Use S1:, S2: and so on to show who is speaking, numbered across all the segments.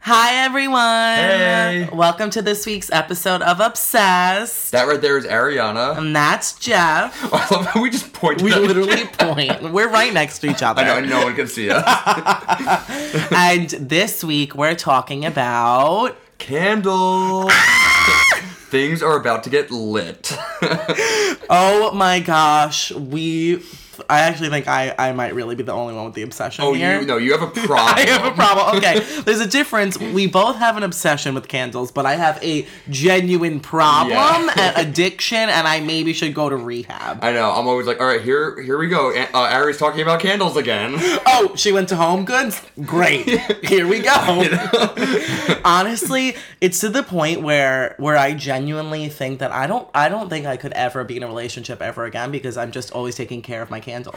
S1: Hi, everyone.
S2: Hey.
S1: Welcome to this week's episode of Obsessed.
S2: That right there is Ariana.
S1: And that's Jeff.
S2: I love how we just point.
S1: We
S2: to that.
S1: literally point. We're right next to each other.
S2: I know, and no one can see us.
S1: And this week, we're talking about.
S2: Candle. Things are about to get lit.
S1: Oh my gosh, we. I actually think I, I might really be the only one with the obsession
S2: oh,
S1: here.
S2: you no, you have a problem.
S1: I have a problem. Okay, there's a difference. We both have an obsession with candles, but I have a genuine problem
S2: Yeah.
S1: and addiction, and I maybe should go to rehab.
S2: I know. I'm always like, all right, here, here we go. A- Uh, Ari's talking about candles again.
S1: Oh, she went to Home Goods? Great. Here we go. Honestly, it's to the point where where I genuinely think that I don't I don't think I could ever be in a relationship ever again because I'm just always taking care of my candles.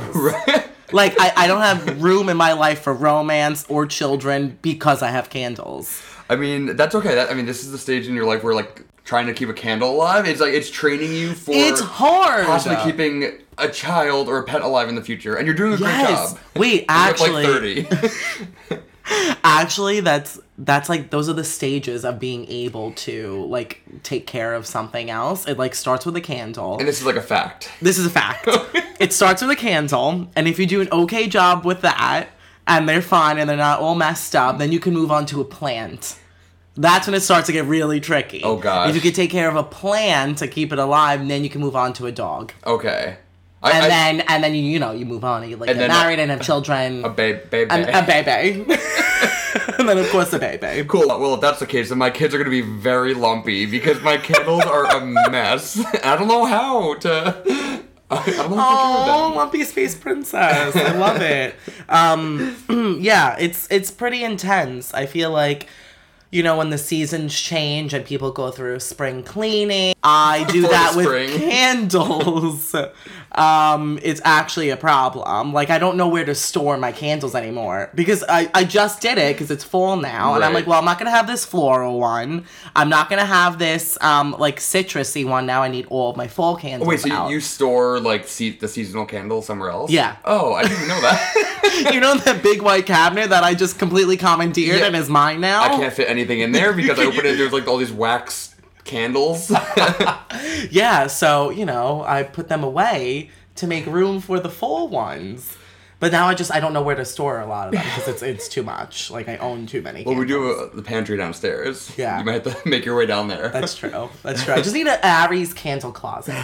S1: Like I, I don't have room in my life for romance or children because I have candles.
S2: I mean, that's okay. That, I mean, this is the stage in your life where like trying to keep a candle alive. It's like it's training you for
S1: it's hard.
S2: possibly keeping a child or a pet alive in the future, and you're doing a great
S1: Yes.
S2: job.
S1: Wait,
S2: You look
S1: actually,
S2: like 30.
S1: actually that's that's like those are the stages of being able to like take care of something else. It like starts with a candle.
S2: and this is like a fact.
S1: This is a fact. it starts with a candle, and if you do an okay job with that, and they're fine and they're not all messed up, then you can move on to a plant. That's when it starts to get really tricky.
S2: Oh, gosh.
S1: If you could take care of a plant to keep it alive, then you can move on to a dog,
S2: Okay. I,
S1: and
S2: I-
S1: then and then you you know you move on, you like get
S2: then a-
S1: married and have children,
S2: a babe, babe,
S1: and a baby, and then of course a baby.
S2: Cool. Well, if that's the case, then my kids are going to be very lumpy because my candles are a mess. I don't know how to. I don't know how
S1: Oh, Lumpy Space Princess. I love it. Um, yeah, it's it's pretty intense. I feel like you know when the seasons change and people go through spring cleaning, I do
S2: Before
S1: that
S2: the
S1: with
S2: spring.
S1: candles. um, it's actually a problem. Like I don't know where to store my candles anymore because I I just did it because it's full now, and I'm
S2: Right.
S1: like, well, I'm not gonna have this floral one. I'm not gonna have this um like citrusy one now. I need all of my fall candles.
S2: Wait, so
S1: out.
S2: you, you store like se- the seasonal candles somewhere else?
S1: Yeah.
S2: Oh, I didn't know that.
S1: you know that big white cabinet that I just completely commandeered
S2: Yeah.
S1: and is mine now?
S2: I can't fit anything in there because I opened it. There's like all these wax candles.
S1: Yeah, so, you know, I put them away to make room for the full ones. But now I just I don't know where to store a lot of them because it's it's too much. Like I own too many.
S2: well, we
S1: candles.
S2: do uh, the pantry downstairs.
S1: Yeah.
S2: You might have to make your way down there.
S1: That's true. That's true. I just need an Aries candle closet.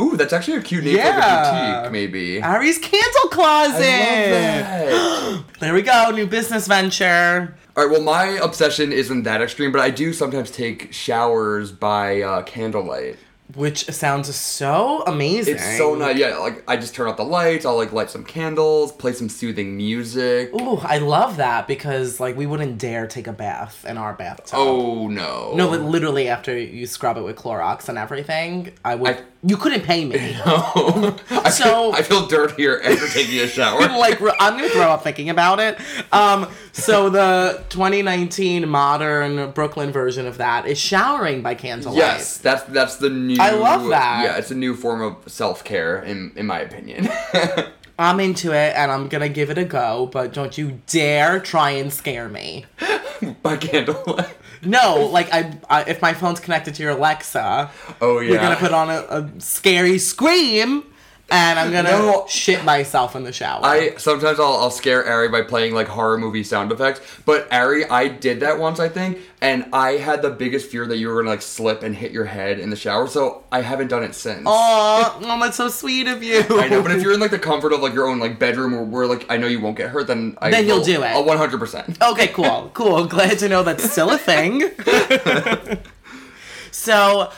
S2: Ooh, that's actually a cute name
S1: Yeah.
S2: for like a boutique, maybe.
S1: Aries candle closet.
S2: I love that.
S1: There we go. New business venture.
S2: All right. Well, my obsession isn't that extreme, but I do sometimes take showers by uh, candlelight.
S1: Which sounds so amazing.
S2: It's so nice. Yeah, like I just turn off the lights. I'll like light some candles, play some soothing music.
S1: Ooh, I love that because like we wouldn't dare take a bath in our bathtub.
S2: Oh no.
S1: No, but literally after you scrub it with Clorox and everything, I would.
S2: I-
S1: you couldn't pay me.
S2: No. I
S1: So-
S2: feel, I feel dirtier after taking a shower.
S1: like re- I'm gonna throw up thinking about it. Um, so the 2019 modern Brooklyn version of that is showering by candlelight.
S2: Yes, that's that's the new.
S1: I love that.
S2: Yeah, it's a new form of self care, in in my opinion.
S1: I'm into it and I'm gonna give it a go. But don't you dare try and scare me.
S2: by candlelight.
S1: No, like I, I if my phone's connected to your Alexa,
S2: Oh yeah.
S1: you're gonna put on a, a scary scream. And I'm gonna
S2: No.
S1: shit myself in the shower.
S2: I sometimes I'll, I'll scare Ari by playing like horror movie sound effects, but Ari, I did that once I think, and I had the biggest fear that you were gonna like slip and hit your head in the shower, so I haven't done it since.
S1: Aw, oh, that's so sweet of you.
S2: I know, but if you're in like the comfort of like your own like bedroom or where like I know you won't get hurt, then I
S1: Then you'll
S2: will-
S1: do it.
S2: I'll 100. percent
S1: Okay, cool, cool. Glad to know that's still a thing. so,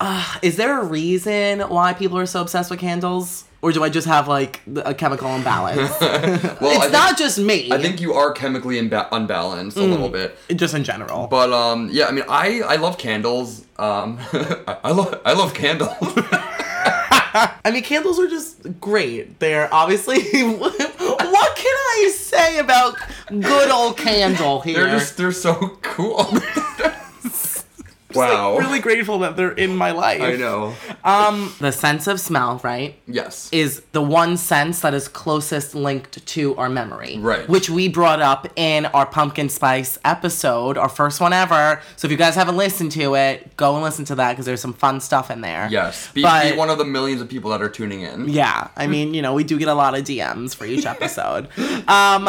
S1: uh, is there a reason why people are so obsessed with candles? Or do I just have like th- a chemical imbalance? it's
S2: Well, I think,
S1: not Mm. just me.
S2: I think you are chemically imba- unbalanced a little bit.
S1: just in general.
S2: But um, yeah, I mean, I I love candles. Um, I, I love I love candles.
S1: I mean, candles are just great. They're obviously. what can I say about good old candle here?
S2: They're just they're so cool.
S1: like,
S2: Wow.
S1: really grateful that they're in my life.
S2: I know.
S1: Um, the sense of smell, right,
S2: Yes.
S1: is the one sense that is closest linked to our memory.
S2: Right.
S1: Which we brought up in our pumpkin spice episode, our first one ever. So if you guys haven't listened to it, go and listen to that because there's some fun stuff in there.
S2: yes. Be,
S1: But-
S2: be one of the millions of people that are tuning in.
S1: Yeah, I mean, you know, we do get a lot of DMs for each episode. um,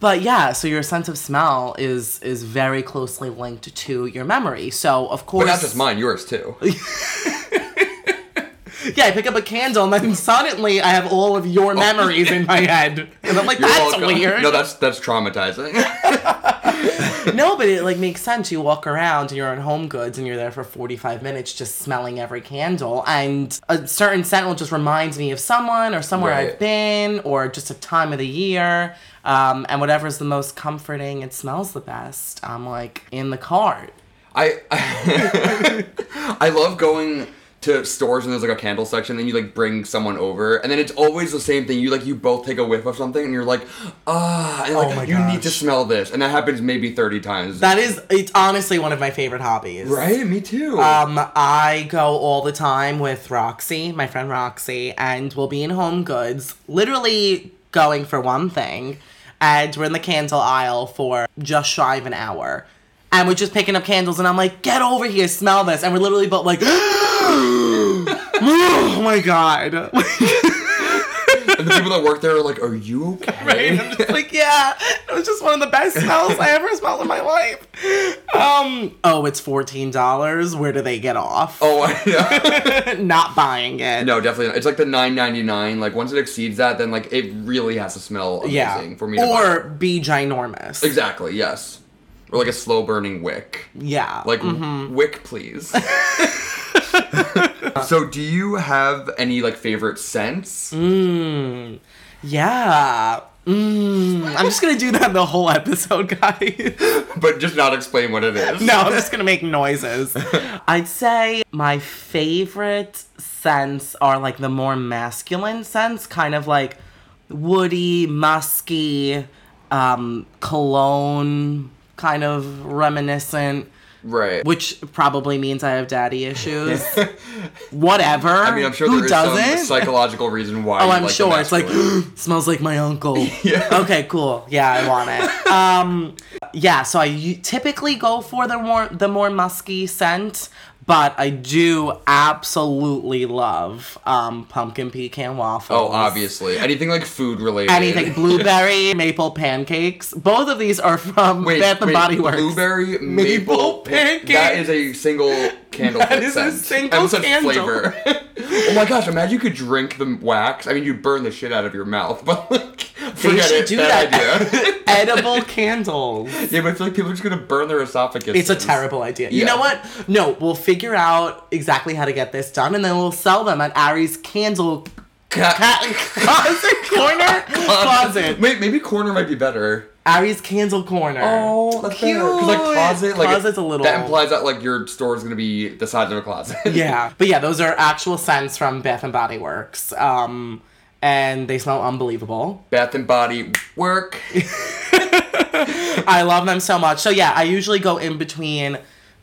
S1: but yeah, so your sense of smell is is very closely linked to your memory. So of course,
S2: But not just mine, yours too.
S1: yeah, I pick up a candle and then suddenly I have all of your memories in my head, and I'm like,
S2: Oh. You're
S1: that's
S2: welcome.
S1: weird.
S2: No, that's that's traumatizing.
S1: no, but it like makes sense. You walk around and you're on Home Goods and you're there for 45 minutes just smelling every candle, and a certain scent will just reminds me of someone or somewhere
S2: Right.
S1: I've been or just a time of the year. Um, and whatever's the most comforting and smells the best, I'm like in the cart.
S2: I I love going to stores and there's like a candle section and you like bring someone over and then it's always the same thing. You like you both take a whiff of something and you're like, ah, and like
S1: Oh my
S2: you need to
S1: gosh.
S2: smell this. And that happens maybe thirty times.
S1: That is, it's honestly one of my favorite hobbies.
S2: right? Me too.
S1: Um, I go all the time with Roxy, my friend Roxy, and we'll be in Home Goods, literally going for one thing, and we're in the candle aisle for just shy of an hour. And we're just picking up candles, and I'm like, get over here, smell this. And we're literally both like, oh my god.
S2: and the people that work there are like, are you okay?
S1: right? I'm just like, yeah, it was just one of the best smells I ever smelled in my life. Um, oh, it's $14. Where do they get off?
S2: Oh, I know.
S1: Not buying it.
S2: no, definitely not. It's like the nine ninety nine. Like once it exceeds that, then like it really has to smell amazing
S1: yeah.
S2: for me. To buy.
S1: or be ginormous.
S2: exactly yes, or like a slow burning wick.
S1: Yeah.
S2: Like
S1: Mm-hmm.
S2: wick, please. so, do you have any like favorite scents?
S1: Mm. yeah. Mm, I'm just gonna do that the whole episode, guys.
S2: But just not explain what it is.
S1: No, I'm just gonna make noises. I'd say my favorite scents are like the more masculine scents, kind of like woody, musky, um, cologne, kind of reminiscent.
S2: Right.
S1: Which probably means I have daddy issues. Whatever.
S2: I mean, I'm sure
S1: Who
S2: there is some
S1: doesn't?
S2: psychological reason why.
S1: Oh,
S2: you
S1: I'm
S2: like the
S1: sure. It's like
S2: masculine.
S1: smells like my uncle.
S2: Yeah.
S1: Okay, cool. Yeah, I want it. Um, yeah. So I u- typically go for the more the more musky scent, but I do absolutely love um, pumpkin pecan waffles.
S2: oh, obviously anything like food related.
S1: Anything blueberry maple pancakes. Both of these are from
S2: Wait,
S1: Bath and
S2: wait,
S1: Body Works.
S2: Blueberry
S1: Maple
S2: maple,
S1: pancake.
S2: That is a single candle.
S1: That is a
S2: scent.
S1: single
S2: and such
S1: candle.
S2: flavor. oh my gosh! Imagine you could drink the wax. I mean, you'd burn the shit out of your mouth, but like, forget
S1: should
S2: it.
S1: do
S2: bad
S1: that.
S2: idea.
S1: Edible candles.
S2: Yeah, but I feel like people are just gonna burn their esophagus.
S1: It's a terrible idea. You
S2: Yeah.
S1: know what? No, we'll figure out exactly how to get this done, and then we'll sell them at Ari's Candle Closet Corner Closet.
S2: Wait, maybe corner might be better.
S1: Ari's Candle Corner.
S2: cute. Because like closet, like
S1: Oh, Closet's a little.
S2: That implies that like your store is gonna be the size of a closet.
S1: yeah, but yeah, those are actual scents from Bath and Body Works, um, and they smell unbelievable.
S2: Bath and Body Work.
S1: I love them so much. So yeah, I usually go in between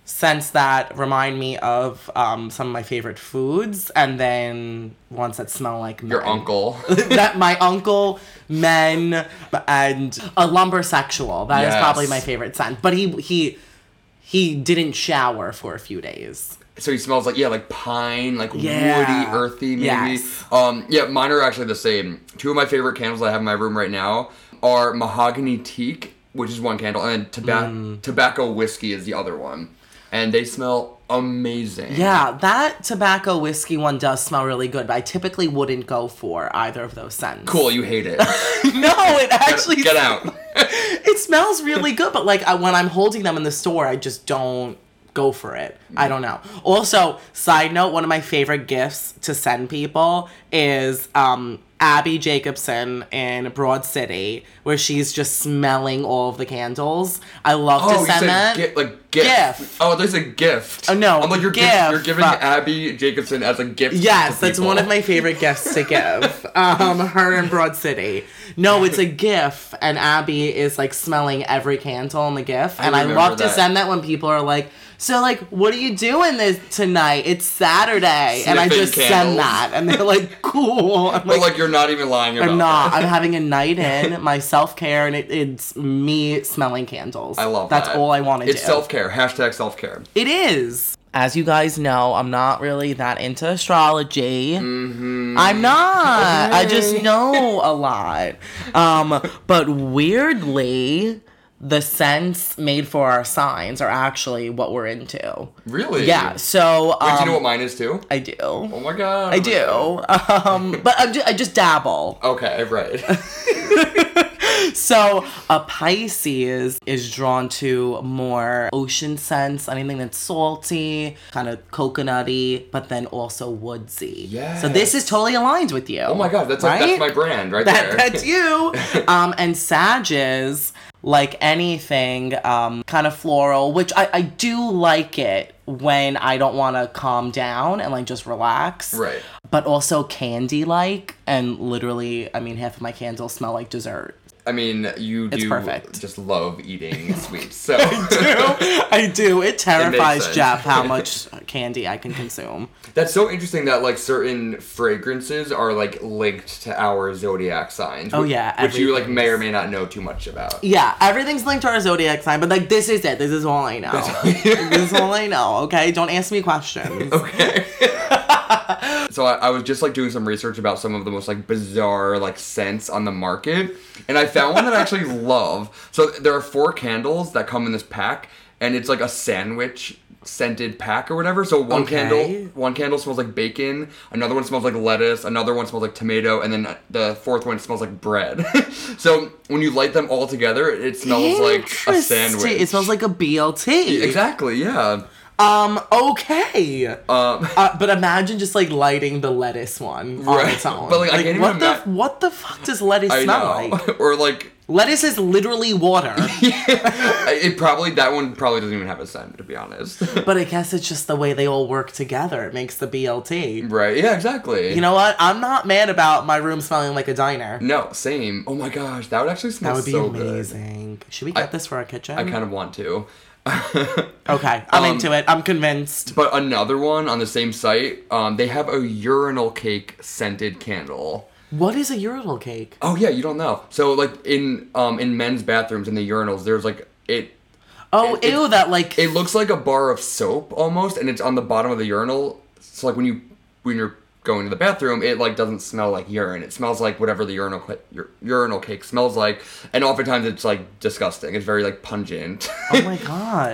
S1: scents that remind me of um, some of my favorite foods, and then ones that smell like
S2: Your
S1: men.
S2: uncle.
S1: that my uncle, men, and a lumbersexual. That is
S2: Yes.
S1: probably my favorite scent. But he he he didn't shower for a few days.
S2: So he smells like yeah, like pine, like
S1: Yeah.
S2: woody, earthy, maybe.
S1: Yes.
S2: Um, yeah, mine are actually the same. Two of my favorite candles I have in my room right now are mahogany teak, which is one candle, and tobacco
S1: Mm.
S2: tobacco whiskey is the other one, and they smell amazing.
S1: Yeah, that tobacco whiskey one does smell really good, but I typically wouldn't go for either of those scents.
S2: Cool, you hate it.
S1: No, it actually
S2: Get out.
S1: It smells really good, but like I, when I'm holding them in the store, I just don't go for it. I don't know. Also, side note, one of my favorite gifts to send people is um Abby Jacobson in Broad City, where she's just smelling all of the candles. I love
S2: Oh,
S1: to
S2: you
S1: send
S2: said
S1: that.
S2: gift, like gift.
S1: Gif.
S2: Oh, there's a gift.
S1: Oh, no,
S2: I'm like you're
S1: gif,
S2: giving, you're giving
S1: fuck.
S2: Abby Jacobson as a gift.
S1: Yes,
S2: to
S1: that's
S2: people.
S1: one of my favorite gifts to give. Um, her in Broad City. No, it's a GIF, and Abby is like smelling every candle in the GIF, and I,
S2: remember
S1: love to
S2: that.
S1: send that when people are like, "So, like, what are you doing this tonight? It's Saturday," and I
S2: Sniffing
S1: just
S2: candles.
S1: send that, and they're like, "Cool." I'm
S2: But
S1: like,
S2: like you're not even lying about.
S1: I'm not.
S2: that.
S1: I'm having a night in, my self care, and it, it's me smelling candles.
S2: I love
S1: That's
S2: that.
S1: all I want to do.
S2: It's self care. Hashtag self care.
S1: It is. As you guys know, I'm not really that into astrology.
S2: Mm-hmm.
S1: I'm not. I just know a lot. Um, but weirdly, the sense made for our signs are actually what we're into.
S2: Really?
S1: Yeah. So um,
S2: Wait, do you know what mine is too?
S1: I do.
S2: Oh my god.
S1: I do. Um, but I'm ju- I just dabble.
S2: Okay, right.
S1: So a Pisces is drawn to more ocean scents, anything that's salty, kind of coconutty, but then also woodsy. So this is totally aligned with you.
S2: Oh my god, that's
S1: right?
S2: that's my brand right
S1: that,
S2: there.
S1: that's you. um, and Sages, like anything, um, kind of floral, which I, I do like it when I don't want to calm down and like just relax.
S2: Right.
S1: But also candy like, and literally, I mean, half of my candles smell like dessert.
S2: I mean, you do
S1: perfect.
S2: just love eating sweets. So
S1: I do. It terrifies
S2: sense.
S1: Jeff how much candy I can consume.
S2: that's so interesting that like certain fragrances are like linked to our zodiac signs.
S1: Oh,
S2: which-
S1: yeah,
S2: which you like
S1: everything's-
S2: may or may not know too much about.
S1: Yeah, everything's linked to our zodiac sign, but like this is it. This is all I know. this is all I know. Okay, don't ask me questions.
S2: Okay. so I, I was just like doing some research about some of the most like bizarre like scents on the market, and I found one that I actually love. So there are four candles that come in this pack, and it's like a sandwich scented pack or whatever. So one
S1: Okay.
S2: candle, one candle smells like bacon, another one smells like lettuce, another one smells like tomato, and then the fourth one smells like bread. so when you light them all together, it smells like a sandwich.
S1: Interesting. It smells like a BLT.
S2: exactly yeah.
S1: Um. Okay.
S2: Um,
S1: Uh, but imagine just like lighting the lettuce one on
S2: Right.
S1: its own.
S2: But, like, I can't even
S1: what the
S2: ima-
S1: what the fuck does lettuce
S2: I
S1: smell
S2: know,
S1: like?
S2: or like
S1: Lettuce is literally water,
S2: It probably that one probably doesn't even have a scent to be honest.
S1: but I guess it's just the way they all work together. It makes the BLT.
S2: right? Yeah, exactly.
S1: You know what? I'm not mad about my room smelling like a diner.
S2: No, same. Oh my gosh, that would actually smell
S1: That would be
S2: Mm, so good.
S1: amazing. Should we get this for our kitchen?
S2: I kind of want to.
S1: okay, I'm
S2: Um,
S1: into it. I'm convinced.
S2: But another one on the same site, um, they have a urinal cake scented candle.
S1: What is a urinal cake?
S2: Oh yeah, you don't know. So like in um in men's bathrooms in the urinals, there's like it.
S1: Oh,
S2: it-
S1: ew! That like
S2: It looks like a bar of soap almost, and it's on the bottom of the urinal. So like when you when you're going to the bathroom, it like doesn't smell like urine. It smells like whatever the urinal ca- ur- urinal cake smells like, and oftentimes it's like disgusting. It's very like pungent
S1: oh my
S2: and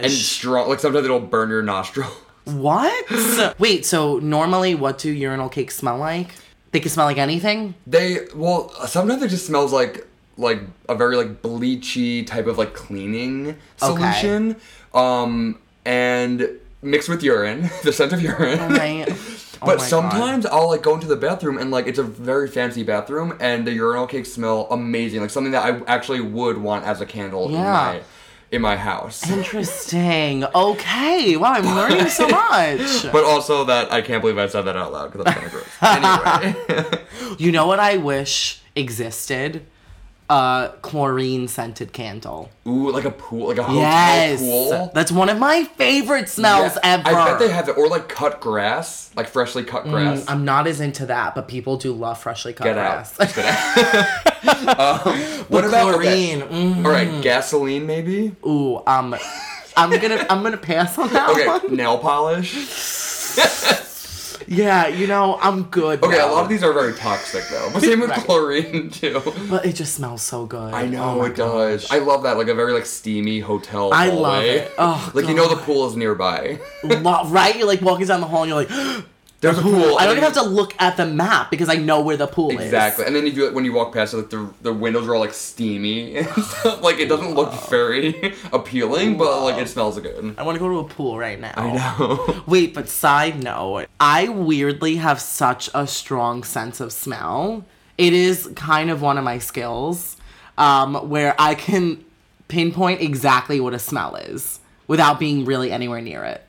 S1: gosh!
S2: strong. Like sometimes it'll burn your nostril.
S1: what? Wait. So normally, what do urinal cakes smell like? They can smell like anything.
S2: They well sometimes it just smells like like a very like bleachy type of like cleaning solution, um, and mixed with urine, the scent of urine.
S1: I, oh
S2: But
S1: my God.
S2: sometimes I'll like go into the bathroom and like it's a very fancy bathroom and the urinal cakes smell amazing, like something that I actually would want as a candle
S1: Yeah.
S2: in my in my house.
S1: Interesting. Okay. Wow, I'm learning so much.
S2: But also that I can't believe I said that out loud because that's kind of gross. Anyway,
S1: You know what I wish existed? A chlorine scented candle.
S2: ooh, like a pool, like a hotel
S1: Yes.
S2: pool.
S1: That's one of my favorite smells
S2: Yeah.
S1: ever. Mm,
S2: I bet they have that, or like cut grass, like freshly cut grass.
S1: I'm not as into that, but people do love freshly cut
S2: Get out.
S1: grass.
S2: Just kidding. um, what about okay.
S1: chlorine? Mm.
S2: All right, gasoline maybe.
S1: Ooh, um, I'm gonna I'm gonna pass on that
S2: Okay,
S1: one.
S2: nail polish.
S1: Yeah, you know I'm good.
S2: Okay, a
S1: now.
S2: lot of these are very toxic though. But same with
S1: Right.
S2: chlorine too.
S1: But it just smells so good.
S2: I know
S1: Oh my
S2: it does. I love that, like a very like steamy hotel.
S1: I love
S2: hallway.
S1: it. Oh,
S2: like you know the
S1: God.
S2: pool is nearby.
S1: Lo- right? You're like walking down the hall and you're like,
S2: There's a pool.
S1: I don't even have
S2: and-
S1: to look at the map because I know where the pool is.
S2: Exactly, and then you do it when you walk past it. Like the the windows are all like steamy and stuff. Like it doesn't look very appealing, but like it smells good.
S1: I want to go to a pool right now.
S2: I know.
S1: Wait, but side note, I weirdly have such a strong sense of smell. it is kind of one of my skills um, where I can pinpoint exactly what a smell is without being really anywhere near it.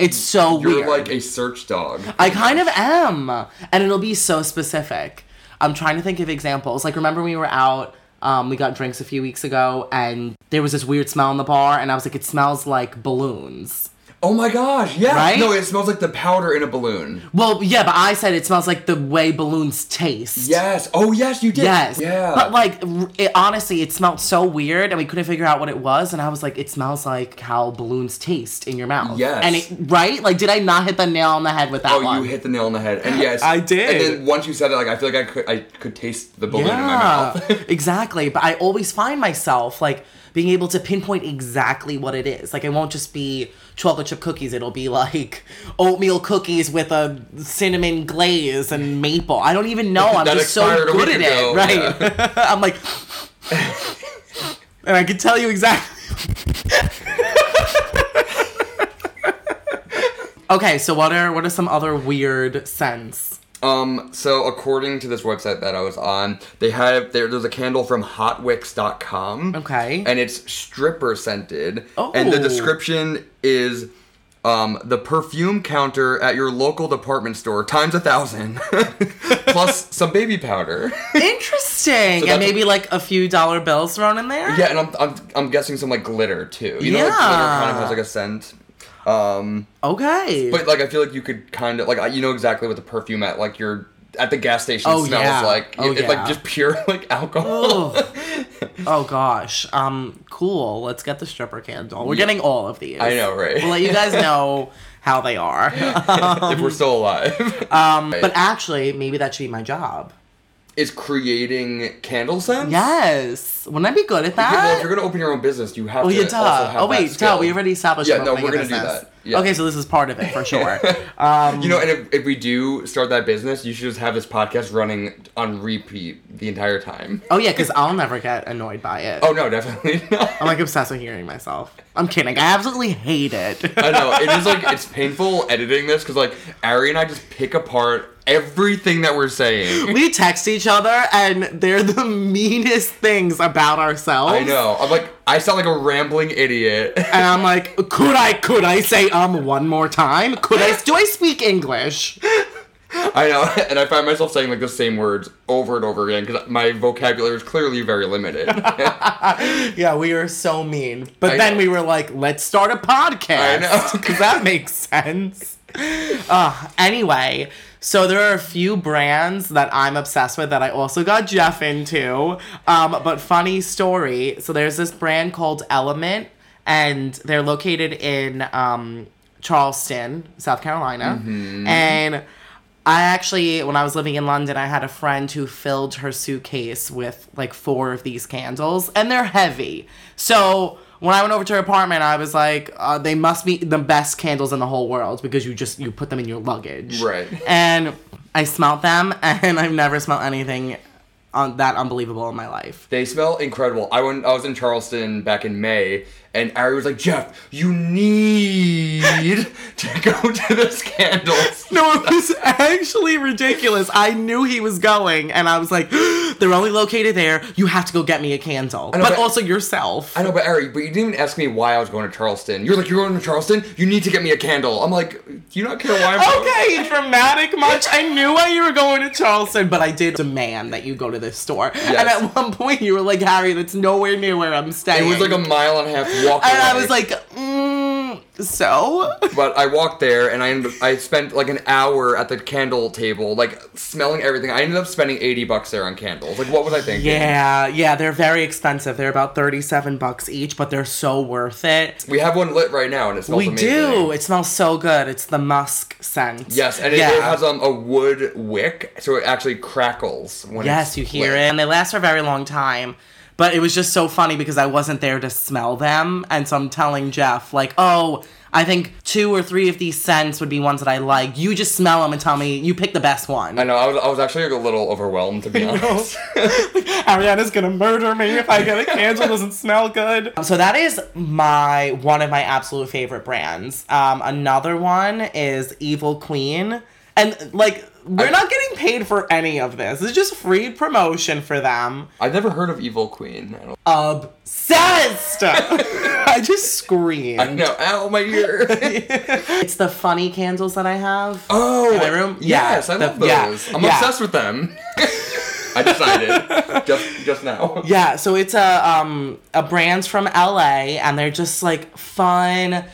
S1: It's so
S2: You're
S1: weird.
S2: like a search dog.
S1: I kind of am. And it'll be so specific. I'm trying to think of examples. Like, remember we were out, um, we got drinks a few weeks ago, and there was this weird smell in the bar, and I was like, it smells like balloons.
S2: Oh my gosh, yeah.
S1: Right?
S2: No, it smells like the powder in a balloon.
S1: Well, yeah, but I said it smells like the way balloons taste.
S2: Yes. Oh yes, you did.
S1: Yes.
S2: Yeah.
S1: But like, r- it, honestly, it smelled so weird, and we couldn't figure out what it was. And I was like, it smells like how balloons taste in your mouth.
S2: Yes.
S1: And it right, like, did I not hit the nail on the head with that
S2: Oh,
S1: one?
S2: you hit the nail on the head, and yes,
S1: I did.
S2: And then once you said it, like I feel like I could, I could taste the balloon in my
S1: Yeah,
S2: mouth.
S1: exactly. But I always find myself like being able to pinpoint exactly what it is. Like it won't just be chocolate chip cookies. It'll be like oatmeal cookies with a cinnamon glaze and maple. I don't even know. I'm
S2: That
S1: just so
S2: expired a
S1: good at
S2: week ago,
S1: it. Right. I'm like, and I can tell you exactly. okay, so what are what are some other weird scents?
S2: um, so according to this website that I was on, they had there, there's a candle from Hotwicks.com.
S1: Okay.
S2: and it's stripper scented.
S1: Oh.
S2: and the description is. Um, the perfume counter at your local department store times a thousand, plus some baby powder.
S1: Interesting.
S2: that's-
S1: and maybe like a few dollar bills thrown in there.
S2: Yeah, and I'm, I'm I'm guessing some like glitter too. You know, like, glitter
S1: Yeah.
S2: kind of has like a scent. Um,
S1: Okay.
S2: but like I feel like you could kind of like I- you know exactly what the perfume at like your at the gas station
S1: Oh,
S2: smells
S1: yeah.
S2: like.
S1: Oh,
S2: it's
S1: yeah.
S2: like just pure like alcohol.
S1: Ugh. oh gosh. Um. Cool. Let's get the stripper candle. We're getting all of these.
S2: I know, right?
S1: We'll let you um, guys know how they are. Um,
S2: if we're still alive,
S1: uh, but actually, maybe that should be my job.
S2: is creating candle scents.
S1: Yes. Wouldn't I be good at
S2: Yeah, well, if
S1: that?
S2: you're gonna open your own business, you have
S1: Oh
S2: to
S1: yeah,
S2: also
S1: duh.
S2: have
S1: Oh
S2: that
S1: wait, duh.
S2: skill.
S1: We already established.
S2: Yeah,
S1: we're
S2: no,
S1: opening
S2: we're
S1: a
S2: gonna do
S1: business.
S2: that. Yeah.
S1: Okay, so this is part of it for sure. um,
S2: You know, and if, if we do start that business, you should just have this podcast running on repeat the entire time.
S1: oh yeah, because I'll never get annoyed by it.
S2: Oh no, definitely not.
S1: I'm like obsessed with hearing myself. I'm kidding. I absolutely hate it.
S2: I know it is like it's painful editing this because like Ari and I just pick apart everything that we're saying.
S1: we text each other and they're the meanest things about ourselves.
S2: I know. I'm like I sound like a rambling idiot.
S1: And I'm like, could I could I say um one more time? Could I do I speak English?
S2: I know, and I find myself saying like the same words over and over again because my vocabulary is clearly very limited.
S1: Yeah, we were so mean. But
S2: I
S1: then
S2: know.
S1: we were like, let's start a podcast.
S2: I know.
S1: Cuz that makes sense. Uh, anyway, so there are a few brands that I'm obsessed with that I also got Jeff into. Um, but funny story. So there's this brand called Element, and they're located in um, Charleston, South Carolina.
S2: Mm-hmm.
S1: And I actually, when I was living in London, I had a friend who filled her suitcase with like four of these candles, and they're heavy. So when I went over to her apartment, I was like, uh, they must be the best candles in the whole world because you just you put them in your luggage,
S2: Right.
S1: And I smelt them, and I've never smelled anything on that unbelievable in my life.
S2: They smell incredible. I went. I was in Charleston back in May, and Ari was like, "Jeff, you need to go to the scandals."
S1: No, it was actually ridiculous. I knew he was going, and I was like, they're only located there. You have to go get me a candle,
S2: know,
S1: but,
S2: but-
S1: also yourself.
S2: I know, but Ari, but you didn't even ask me why I was going to Charleston. You're like, "You're going to Charleston? You need to get me a candle." I'm like, "Do you not care why I'm?" going?"
S1: Okay, dramatic much. I knew why you were going to Charleston, but I did demand that you go to this store. And
S2: Yes.
S1: at one point, you were like, Harry, that's nowhere near where I'm
S2: It
S1: staying.
S2: was like a mile and a half walk.
S1: And I
S2: away.
S1: was like, mm, so?
S2: But I walked there and I ended, I spent like an hour at the candle table, like smelling everything. I ended up spending eighty bucks there on candles. Like what was I thinking?
S1: Yeah, yeah, they're very expensive. They're about 37 bucks each, but they're so worth it.
S2: We have one lit right now and it smells
S1: We
S2: amazing.
S1: do. It smells so good. It's the musk scent.
S2: Yes, and it, it has um, a wood wick, so it actually crackles when
S1: Yes,
S2: it's
S1: you hear
S2: lit.
S1: it. And they last for a very long time. But it was just so funny because I wasn't there to smell them. And so I'm telling Jeff, like, oh, I think two or three of these scents would be ones that I like. You just smell them and tell me you pick the best one.
S2: I know. I was, I was actually a little overwhelmed to be honest.
S1: Ariana's gonna murder me if I get a candle doesn't smell good. So that is my one of my absolute favorite brands. Um, another one is Evil Queen. and like we're
S2: I-
S1: not getting paid for any of this. It's just free promotion for them.
S2: I've never heard of Evil Queen. I, don't,
S1: Obsessed. I just screamed.
S2: I know. Ow, my ear.
S1: it's the funny candles that I have.
S2: Oh,
S1: my room? Yeah,
S2: Yes, I
S1: the-
S2: love
S1: yeah,
S2: those. I'm
S1: yeah.
S2: obsessed with them. I decided just just now.
S1: Yeah, so it's a um a brand from LA and they're just like fun,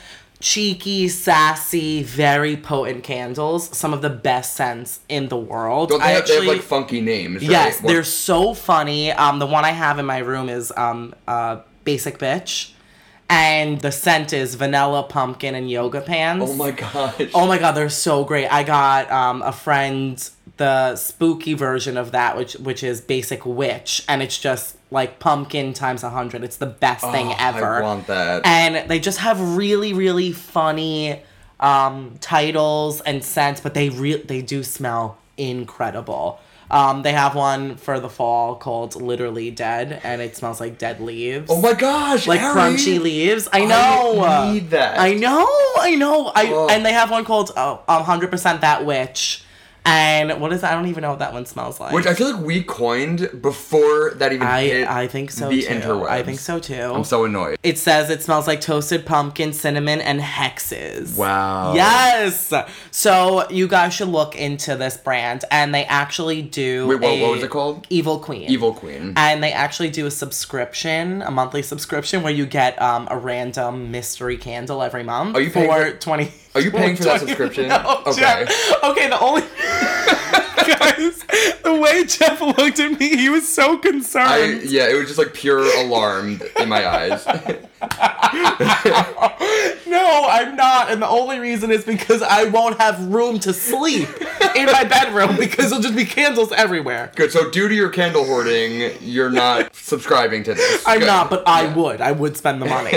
S1: cheeky, sassy, very potent candles. Some of the best scents in the world.
S2: Don't they,
S1: I
S2: have, they
S1: actually
S2: have like funky names? Right?
S1: Yes,
S2: What-
S1: they're so funny. Um the one I have in my room is um uh basic bitch and the scent is vanilla, pumpkin and yoga pants.
S2: Oh my gosh.
S1: Oh my god, they're so great. I got um, a friend the spooky version of that, which which is basic witch, and it's just like pumpkin times a hundred. It's the best thing
S2: Oh,
S1: ever.
S2: I want that.
S1: and they just have really really funny um, titles and scents, but they re- they do smell incredible. Um, they have one for the fall called "Literally Dead," and it smells like dead leaves
S2: oh my gosh.
S1: like
S2: Ari!
S1: crunchy leaves. I know.
S2: need that.
S1: I know. I know. I
S2: Oh.
S1: and they have one called uh, um, 100% that witch. And what is that? I don't even know what that one smells like.
S2: Which I feel like we coined before that even
S1: I,
S2: hit
S1: I think so
S2: the
S1: too.
S2: interwebs.
S1: I think so too.
S2: I'm so annoyed.
S1: it says it smells like toasted pumpkin, cinnamon, and hexes.
S2: Wow.
S1: Yes. So you guys should look into this brand, and they actually do.
S2: Wait, what,
S1: a-
S2: what was it called?
S1: Evil Queen.
S2: Evil Queen.
S1: and they actually do a subscription, a monthly subscription where you get um, a random mystery candle every month.
S2: Are you paying
S1: for
S2: for-
S1: twenty?
S2: Are you paying for that
S1: 20
S2: subscription?
S1: No,
S2: Okay.
S1: Jeff- okay. The only guys, the way Jeff looked at me, he was so concerned.
S2: I, yeah, it was just like pure alarm in my eyes.
S1: No, I'm not, and the only reason is because I won't have room to sleep in my bedroom because there'll just be candles everywhere.
S2: Good. So due to your candle hoarding, you're not subscribing to this.
S1: I'm
S2: Good.
S1: not, but I
S2: Yeah.
S1: would. I would spend the money.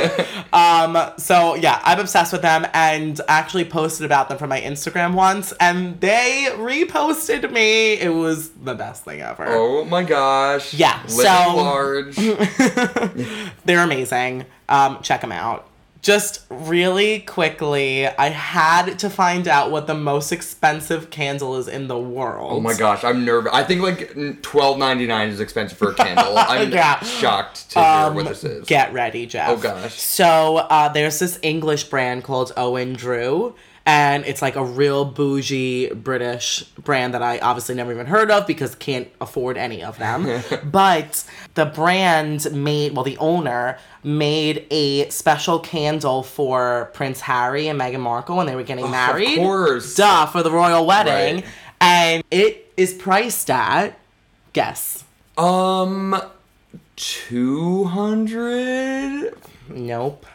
S1: um, so yeah, I'm obsessed with them and actually posted about them from my Instagram once and they reposted me. It was the best thing ever.
S2: Oh my gosh.
S1: Yeah,
S2: Living
S1: so-
S2: large. Oh.
S1: They're amazing. Um, check them out. Just really quickly, I had to find out what the most expensive candle is in the world.
S2: Oh my gosh, I'm nervous. I think like twelve ninety nine is expensive for a candle. I'm
S1: Yeah. Um,
S2: shocked to hear what this is.
S1: Get ready, Jeff.
S2: Oh, gosh.
S1: So uh, there's this English brand called Owen Drew, and it's like a real bougie British brand that I obviously never even heard of because can't afford any of them. but the brand made, well, the owner made a special candle for Prince Harry and Meghan Markle when they were getting married.
S2: course.
S1: Duh, for the royal wedding.
S2: Right.
S1: And it is priced at, guess.
S2: Um, two hundred,
S1: Nope.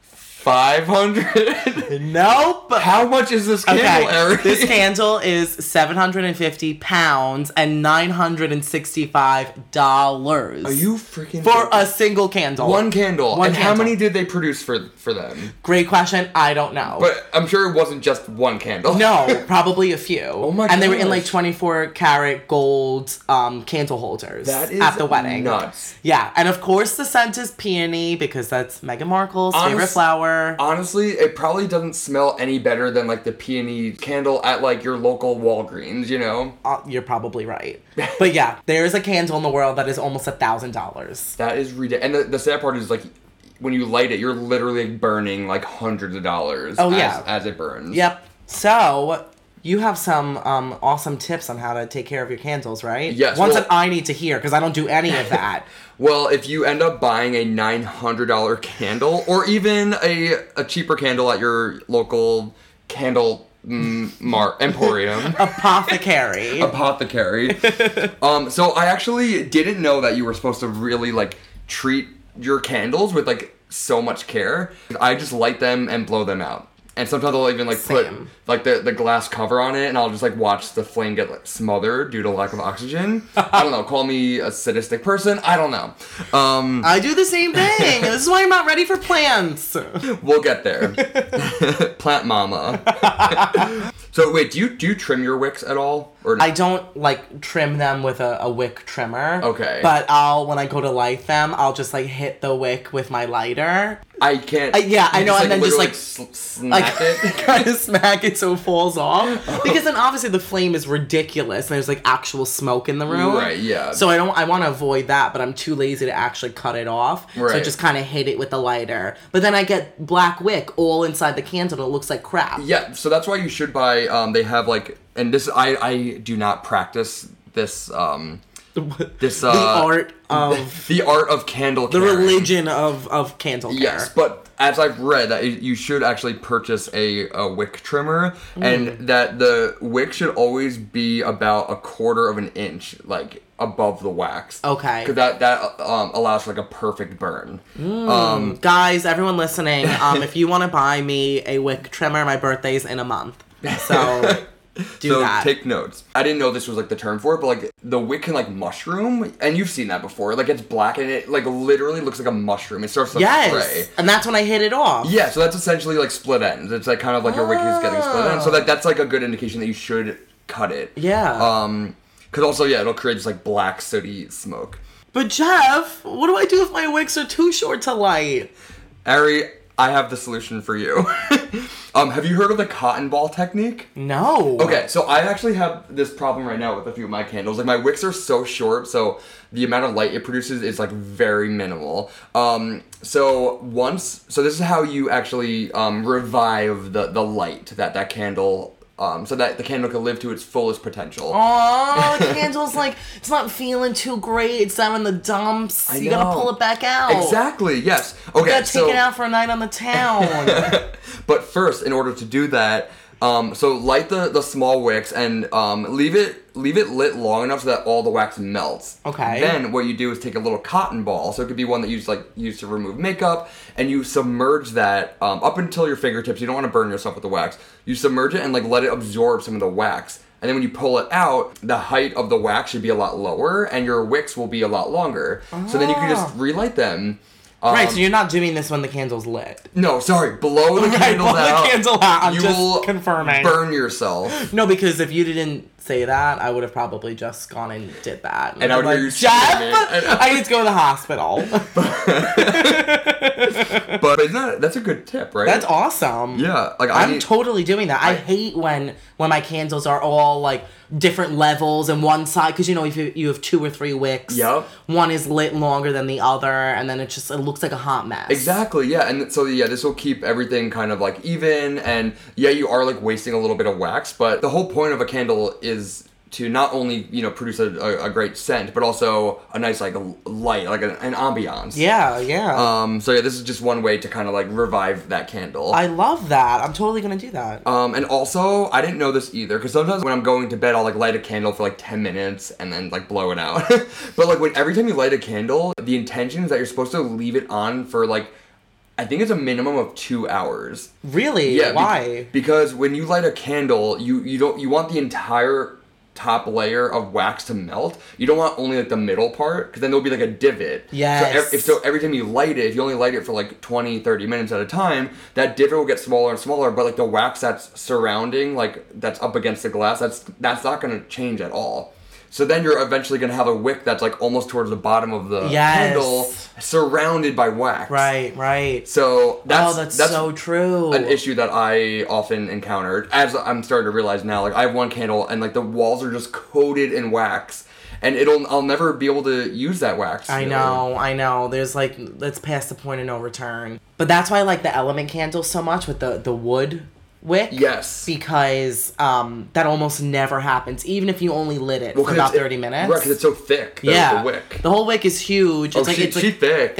S2: five hundred.
S1: Nope.
S2: How much is this candle,
S1: Okay,
S2: Eric?
S1: this candle is 750 pounds and 965 dollars.
S2: Are you freaking
S1: for a single candle?
S2: one candle?
S1: One
S2: and how
S1: candle.
S2: many did they produce for for them?
S1: Great question. I don't know.
S2: But I'm sure it wasn't just one candle.
S1: no, probably a few. Oh
S2: my
S1: And they were in like
S2: gosh.
S1: 24 karat gold um, candle holders
S2: That is
S1: at the wedding.
S2: nuts.
S1: Yeah, and of course the scent is peony because that's Meghan Markle's favorite
S2: Honest-
S1: flower.
S2: Honestly, it probably doesn't smell any better than like the peony candle at like your local Walgreens, you know?
S1: Uh, you're probably right. But yeah, there is a candle in the world that is almost a thousand dollars.
S2: That is ridiculous. And the, the sad part is like when you light it, you're literally burning like hundreds of dollars
S1: Oh,
S2: as,
S1: yeah.
S2: as it burns.
S1: Yep. So you have some um, awesome tips on how to take care of your candles, right?
S2: Yes,
S1: Ones
S2: well-
S1: that I need to hear because I don't do any of that.
S2: Well, if you end up buying a $900 candle or even a, a cheaper candle at your local candle mm, mar- emporium.
S1: Apothecary.
S2: apothecary. um, so I actually didn't know that you were supposed to really like treat your candles with like so much care. I just light them and blow them out. And sometimes I'll even like
S1: Same.
S2: put like the, the glass cover on it and I'll just like watch the flame get like smothered due to lack of oxygen. I don't know, call me a sadistic person, I don't know. Um
S1: I do the same thing. this is why I'm not ready for plants.
S2: we'll get there. Plant mama. so wait, do you do you trim your wicks at all? Or
S1: I don't like trim them with a, a wick trimmer.
S2: Okay.
S1: But I'll when I go to light them, I'll just like hit the wick with my lighter.
S2: I can't.
S1: I- yeah, I
S2: you
S1: know, and then just,
S2: literally,
S1: like,
S2: sl- smack it.
S1: kind of smack it so it falls off. Because then obviously the flame is ridiculous and there's like actual smoke in the room.
S2: Right, yeah.
S1: So I don't I want to avoid that, but I'm too lazy to actually cut it off. So I
S2: Right.
S1: just kind of hit it with the lighter. But then I get black wick all inside the candle and it looks like crap.
S2: Yeah, so that's why you should buy. Um, they have like, and this I I do not practice this. Um, this uh,
S1: the art of
S2: the art of candle
S1: the religion of of candle care.
S2: Yes, but as I've read, that it- you should actually purchase a, a wick trimmer,
S1: Mm.
S2: and that the wick should always be about a quarter of an inch, like above the wax.
S1: Okay.
S2: 'Cause that that um, allows for like a perfect burn.
S1: Um, guys, everyone listening, um, if you want to buy me a wick trimmer, my birthday's in a month. So do
S2: so
S1: that.
S2: take notes. I didn't know this was like the term for it, but like the wick can like mushroom, and you've seen that before. Like it's black and it like literally looks like a mushroom. It starts to
S1: yes.
S2: fray.
S1: And that's when I hit it off.
S2: Yeah, so that's essentially like split ends. It's like kind of like your wick is getting split ends. So that that's like a good indication that you should cut it.
S1: Oh. Yeah.
S2: Um, because also yeah, it'll create just like black sooty smoke.
S1: But Jeff, what do I do if my wicks are too short to light?
S2: Ari, I have the solution for you. um, have you heard of the cotton ball technique?
S1: No.
S2: Okay, so I actually have this problem right now with a few of my candles. Like my wicks are so short, so the amount of light it produces is like very minimal. Um, so once, so this is how you actually um, revive the the light that that candle, um, so that the candle can live to its fullest potential.
S1: Oh. Aw, the candle's like it's not feeling too great. It's down in the dumps. you gotta
S2: know.
S1: pull it back out.
S2: Exactly. Yes. Okay.
S1: You gotta
S2: so,
S1: take it out for a night on the town.
S2: But first, in order to do that, um, so light the, the small wicks and um, leave it leave it lit long enough so that all the wax melts.
S1: Okay.
S2: Then what you do is take a little cotton ball, so it could be one that you just like use to remove makeup, and you submerge that um, up until your fingertips. You don't want to burn yourself with the wax. You submerge it and like let it absorb some of the wax. And then when you pull it out, the height of the wax should be a lot lower, and your wicks will be a lot longer. So then you can just relight them. Um,
S1: right, so you're not doing this when the candle's lit.
S2: no, sorry. Blow the candle
S1: blow the
S2: out.
S1: candle out. I'm
S2: you
S1: just
S2: will
S1: confirming.
S2: Burn yourself.
S1: No, because if you didn't say that, I would have probably just gone and did that.
S2: And
S1: I'm
S2: I would
S1: like,
S2: hear you
S1: Jeff,
S2: screaming. And I-
S1: I need to go to the hospital.
S2: But it's not. That's a good tip, right?
S1: That's awesome.
S2: yeah. Like I
S1: I'm
S2: need-
S1: totally doing that. I,
S2: I-
S1: hate when when my candles are all like different levels and one side because you know if you, you have two or three wicks,
S2: Yep.
S1: one is lit longer than the other, and then it just it looks like a hot mess.
S2: Exactly, yeah. And so, yeah, this will keep everything kind of like even. And yeah, you are like wasting a little bit of wax, but the whole point of a candle is to not only, you know, produce a, a, a great scent, but also a nice like l- light, like an, an ambiance.
S1: Yeah, yeah.
S2: Um, so, yeah, this is just one way to kind of like revive that candle.
S1: I love that. I'm totally gonna do that.
S2: Um, and also, I didn't know this either because sometimes when I'm going to bed, I'll like light a candle for like ten minutes and then like blow it out. but like when every time you light a candle, the intention is that you're supposed to leave it on for like, I think it's a minimum of two hours.
S1: really?
S2: Yeah. be-
S1: Why?
S2: because when you light a candle, you you don't you want the entire top layer of wax to melt. You don't want only like the middle part because then there'll be like a divot. So,
S1: Yes.
S2: ev- if, so every time you light it, if you only light it for like 20, 30 minutes at a time, that divot will get smaller and smaller. But like the wax that's surrounding, like that's up against the glass, that's that's not going to change at all. So then you're eventually going to have a wick that's like almost towards the bottom of the
S1: Yes.
S2: candle, surrounded by wax.
S1: right, right.
S2: So that's
S1: oh, that's,
S2: that's
S1: so true.
S2: an issue that I often encountered as I'm starting to realize now. Like I have one candle and like the walls are just coated in wax, and it'll I'll never be able to use that wax.
S1: I
S2: really.
S1: know, I know. There's like that's past the point of no return. But that's why I like the element candle so much with the the wood wick.
S2: Yes.
S1: Because um that almost never happens, even if you only lit it
S2: Well,
S1: for
S2: 'cause
S1: about
S2: it's-
S1: thirty minutes.
S2: Right, because it's so thick. The,
S1: yeah,
S2: The wick.
S1: The whole wick is huge.
S2: oh,
S1: It's like
S2: she,
S1: it's like,
S2: she thick.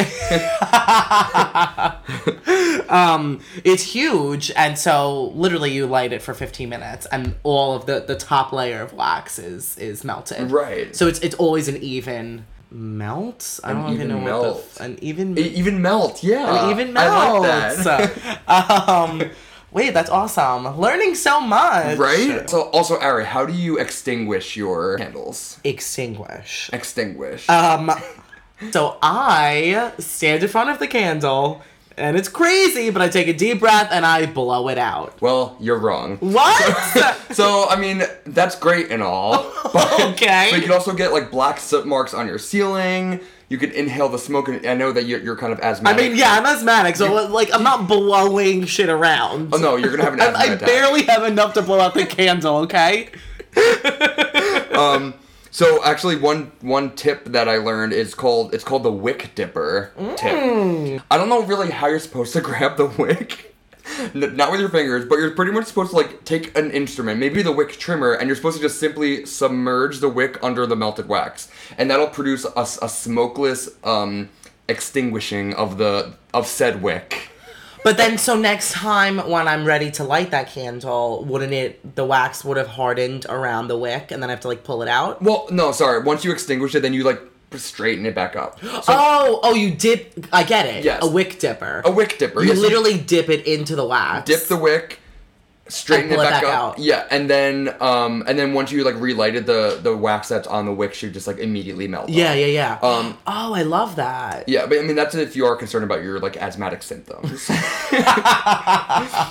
S1: it's huge, and so literally you light it for fifteen minutes, and all of the the top layer of wax is is melted.
S2: Right.
S1: So it's it's always an even melt. I don't even
S2: even
S1: know
S2: melt.
S1: what the, an even
S2: It E, even melt. Yeah.
S1: It even
S2: Uh, I
S1: melts.
S2: like that.
S1: um, wait, that's awesome. Learning so much.
S2: right. So also, Ari, how do you extinguish your candles?
S1: Extinguish.
S2: Extinguish.
S1: Um, so I stand in front of the candle, and it's crazy, but I take a deep breath and I blow it out.
S2: well, you're wrong.
S1: What?
S2: So I mean, that's great and all. But,
S1: Okay.
S2: But you can also get like black soot marks on your ceiling. You you could inhale the smoke, and I know that you're, you're kind of
S1: I
S2: asthmatic.
S1: mean, yeah, I'm asthmatic, so like I'm not blowing shit around.
S2: Oh no, you're gonna have an
S1: I,
S2: asthma
S1: I
S2: attack.
S1: barely have enough to blow out the candle. Okay.
S2: So actually, one one tip that I learned is called it's called the wick dipper
S1: Mm.
S2: tip. I don't know really how you're supposed to grab the wick. N- Not with your fingers, but you're pretty much supposed to like take an instrument, maybe the wick trimmer, and you're supposed to just simply submerge the wick under the melted wax, and that'll produce a, s- a smokeless um, extinguishing of the of said wick.
S1: But then, so next time when I'm ready to light that candle, wouldn't it, the wax would have hardened around the wick and then I have to like pull it out?
S2: Well, no, sorry. Once you extinguish it, then you like straighten it back up. So
S1: oh, oh, you dip, I get it.
S2: Yes.
S1: A wick dipper.
S2: a wick dipper.
S1: You
S2: yes, you-
S1: literally dip it into the wax.
S2: dip the wick, straighten
S1: And
S2: it
S1: blow it
S2: back,
S1: back
S2: up.
S1: out.
S2: Yeah, and then um and then once you like relighted the the wax that's on the wick should just like immediately melt. off.
S1: Yeah, yeah, yeah.
S2: Um,
S1: oh, I love that.
S2: Yeah, but I mean that's if you are concerned about your like asthmatic symptoms.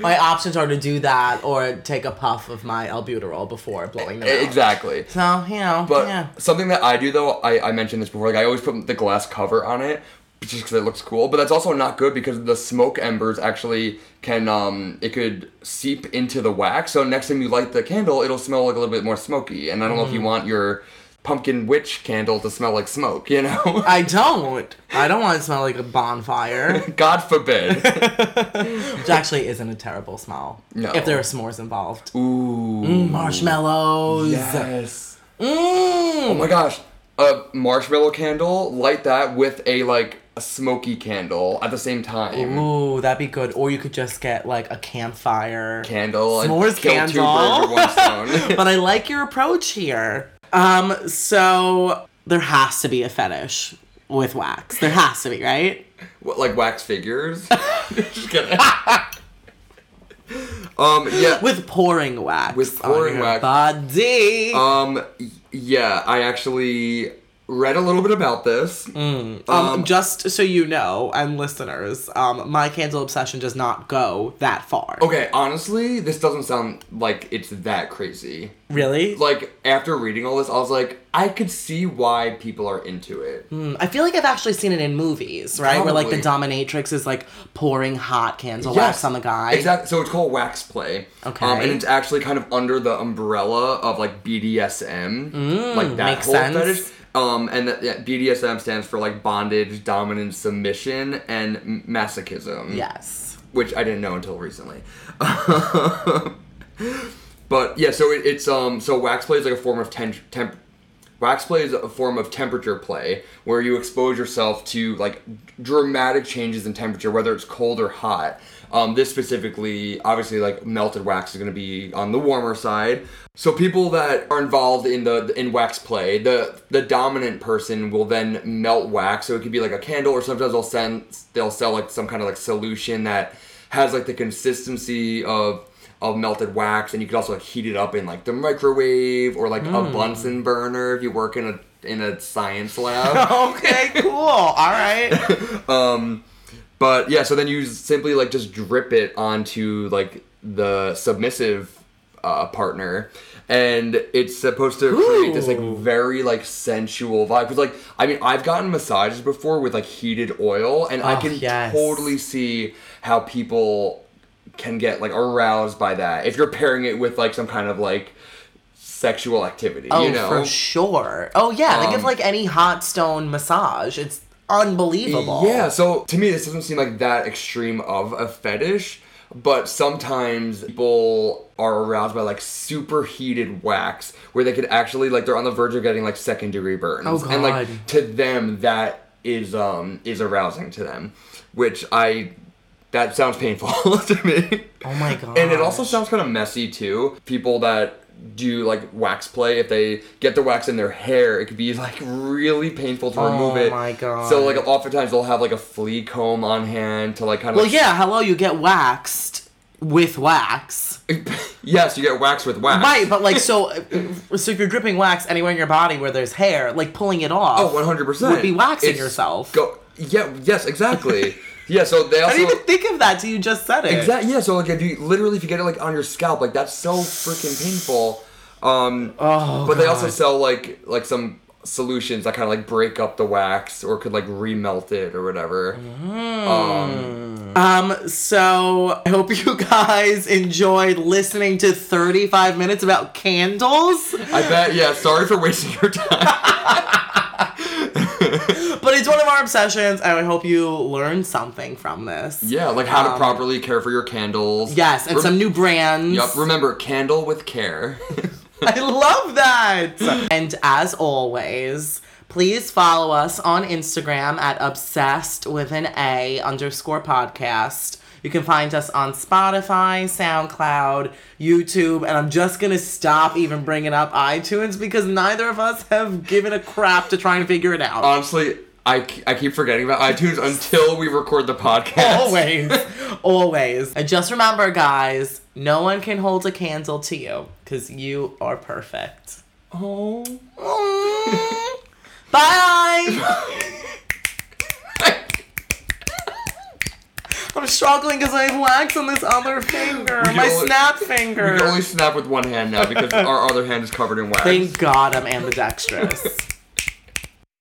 S1: My options are to do that or take a puff of my albuterol before blowing them out.
S2: exactly.
S1: So, you know,
S2: But
S1: yeah.
S2: something that I do though, I, I mentioned this before, like I always put the glass cover on it just because it looks cool. But that's also not good because the smoke embers actually can um it could seep into the wax. So next time you light the candle, it'll smell like a little bit more smoky. And I don't know if you want your pumpkin witch candle to smell like smoke, you know?
S1: I don't. I don't want to smell like a bonfire,
S2: God forbid.
S1: which actually isn't a terrible smell.
S2: No.
S1: If there are s'mores involved.
S2: Ooh.
S1: Mm. marshmallows.
S2: Yes. Oh
S1: Mm.
S2: my gosh. A marshmallow candle, light that with a like a smoky candle at the same time.
S1: Ooh, that'd be good. Or you could just get like a campfire.
S2: candle and
S1: S'mores
S2: kill two
S1: candle.
S2: birds with one stone.
S1: but I like your approach here. Um, so there has to be a fetish with wax. There has to be, right?
S2: what, like wax figures? Just kidding. um yeah.
S1: With pouring wax.
S2: With pouring
S1: on your
S2: wax.
S1: Body.
S2: Um y- yeah, I actually read a little bit about this.
S1: Um, just so you know, and listeners, um, my candle obsession does not go that far.
S2: Okay, honestly, this doesn't sound like it's that crazy.
S1: Really?
S2: Like after reading all this, I was like, I could see why people are into it.
S1: Mm, I feel like I've actually seen it in movies, right? Where like the
S2: Probably.
S1: dominatrix is like pouring hot candle wax on the guy.
S2: Exactly. So it's called wax play.
S1: Okay.
S2: Um, and it's actually kind of under the umbrella of like BDSM,
S1: Mm,
S2: like that
S1: makes
S2: whole
S1: sense.
S2: fetish. Um, and that, yeah, BDSM stands for like bondage, dominance, submission, and m- masochism.
S1: Yes.
S2: Which I didn't know until recently. but yeah, so it, it's um, so wax play is like a form of ten- temp. Wax play is a form of temperature play where you expose yourself to like dramatic changes in temperature, whether it's cold or hot. Um, this specifically, obviously, like melted wax is going to be on the warmer side. So people that are involved in the in wax play, the the dominant person will then melt wax. So it could be like a candle, or sometimes they'll send they'll sell like some kind of like solution that has like the consistency of of melted wax, and you could also like heat it up in like the microwave or like a Bunsen burner if you work in a in a science lab.
S1: Okay, cool. All right.
S2: but yeah, so then you simply like just drip it onto like the submissive uh, partner, and it's supposed to create this like
S1: Ooh.
S2: very like sensual vibe. Because like I mean, I've gotten massages before with like heated oil, and I
S1: Oh,
S2: can
S1: yes.
S2: totally see how people can get like aroused by that if you're pairing it with like some kind of like sexual activity.
S1: Oh,
S2: you know,
S1: for sure. Oh, yeah. they give
S2: Um,
S1: like any hot stone massage. It's unbelievable.
S2: Yeah, so to me, this doesn't seem like that extreme of a fetish, but sometimes people are aroused by like super heated wax where they could actually, like, they're on the verge of getting like second degree burns.
S1: Oh, God.
S2: And like, to them, that is, um, is arousing to them, which I, that sounds painful to me.
S1: Oh my god.
S2: And it also sounds kind of messy too. People that do like wax play, if they get the wax in their hair, it could be like really painful to remove it.
S1: Oh my God.
S2: So like oftentimes they'll have like a flea comb on hand to like kind of.
S1: Well, yeah. Hello, you get waxed with wax.
S2: yes, you get wax with wax.
S1: Right, but like so, so if you're dripping wax anywhere in your body where there's hair, like pulling it off.
S2: Oh, one hundred percent.
S1: Would be waxing yourself.
S2: Go. Yeah. Yes. Exactly. yeah. So they
S1: I
S2: also.
S1: didn't even think of that till you just said it.
S2: Exactly. Yeah. So like, if you literally, if you get it like on your scalp, like that's so freaking painful. Um,
S1: Oh,
S2: but they also
S1: God.
S2: sell like like some solutions that kind of like break up the wax or could like remelt it or whatever.
S1: Mm. Um, so I hope you guys enjoyed listening to 35 minutes about candles.
S2: I bet. Yeah. Sorry for wasting your time.
S1: But it's one of our obsessions, and I hope you learned something from this.
S2: Yeah, like how to properly care for your candles.
S1: Um, Yes, and
S2: Rem-
S1: some new brands.
S2: Yep. Remember, candle with care.
S1: I love that. and as always, please follow us on Instagram at obsessed with an A underscore podcast. You can find us on Spotify, SoundCloud, YouTube, and I'm just gonna stop even bringing up iTunes because neither of us have given a crap to try and figure it out.
S2: Honestly, I, ke- I keep forgetting about iTunes until we record the podcast.
S1: always, always. And just remember, guys, no one can hold a candle to you because you are perfect.
S2: Oh. Mm.
S1: Bye. I'm struggling because I have wax on this other finger,
S2: can
S1: my
S2: only-
S1: snap
S2: We
S1: finger.
S2: can only snap with one hand now because our other hand is covered in wax.
S1: Thank God I'm ambidextrous.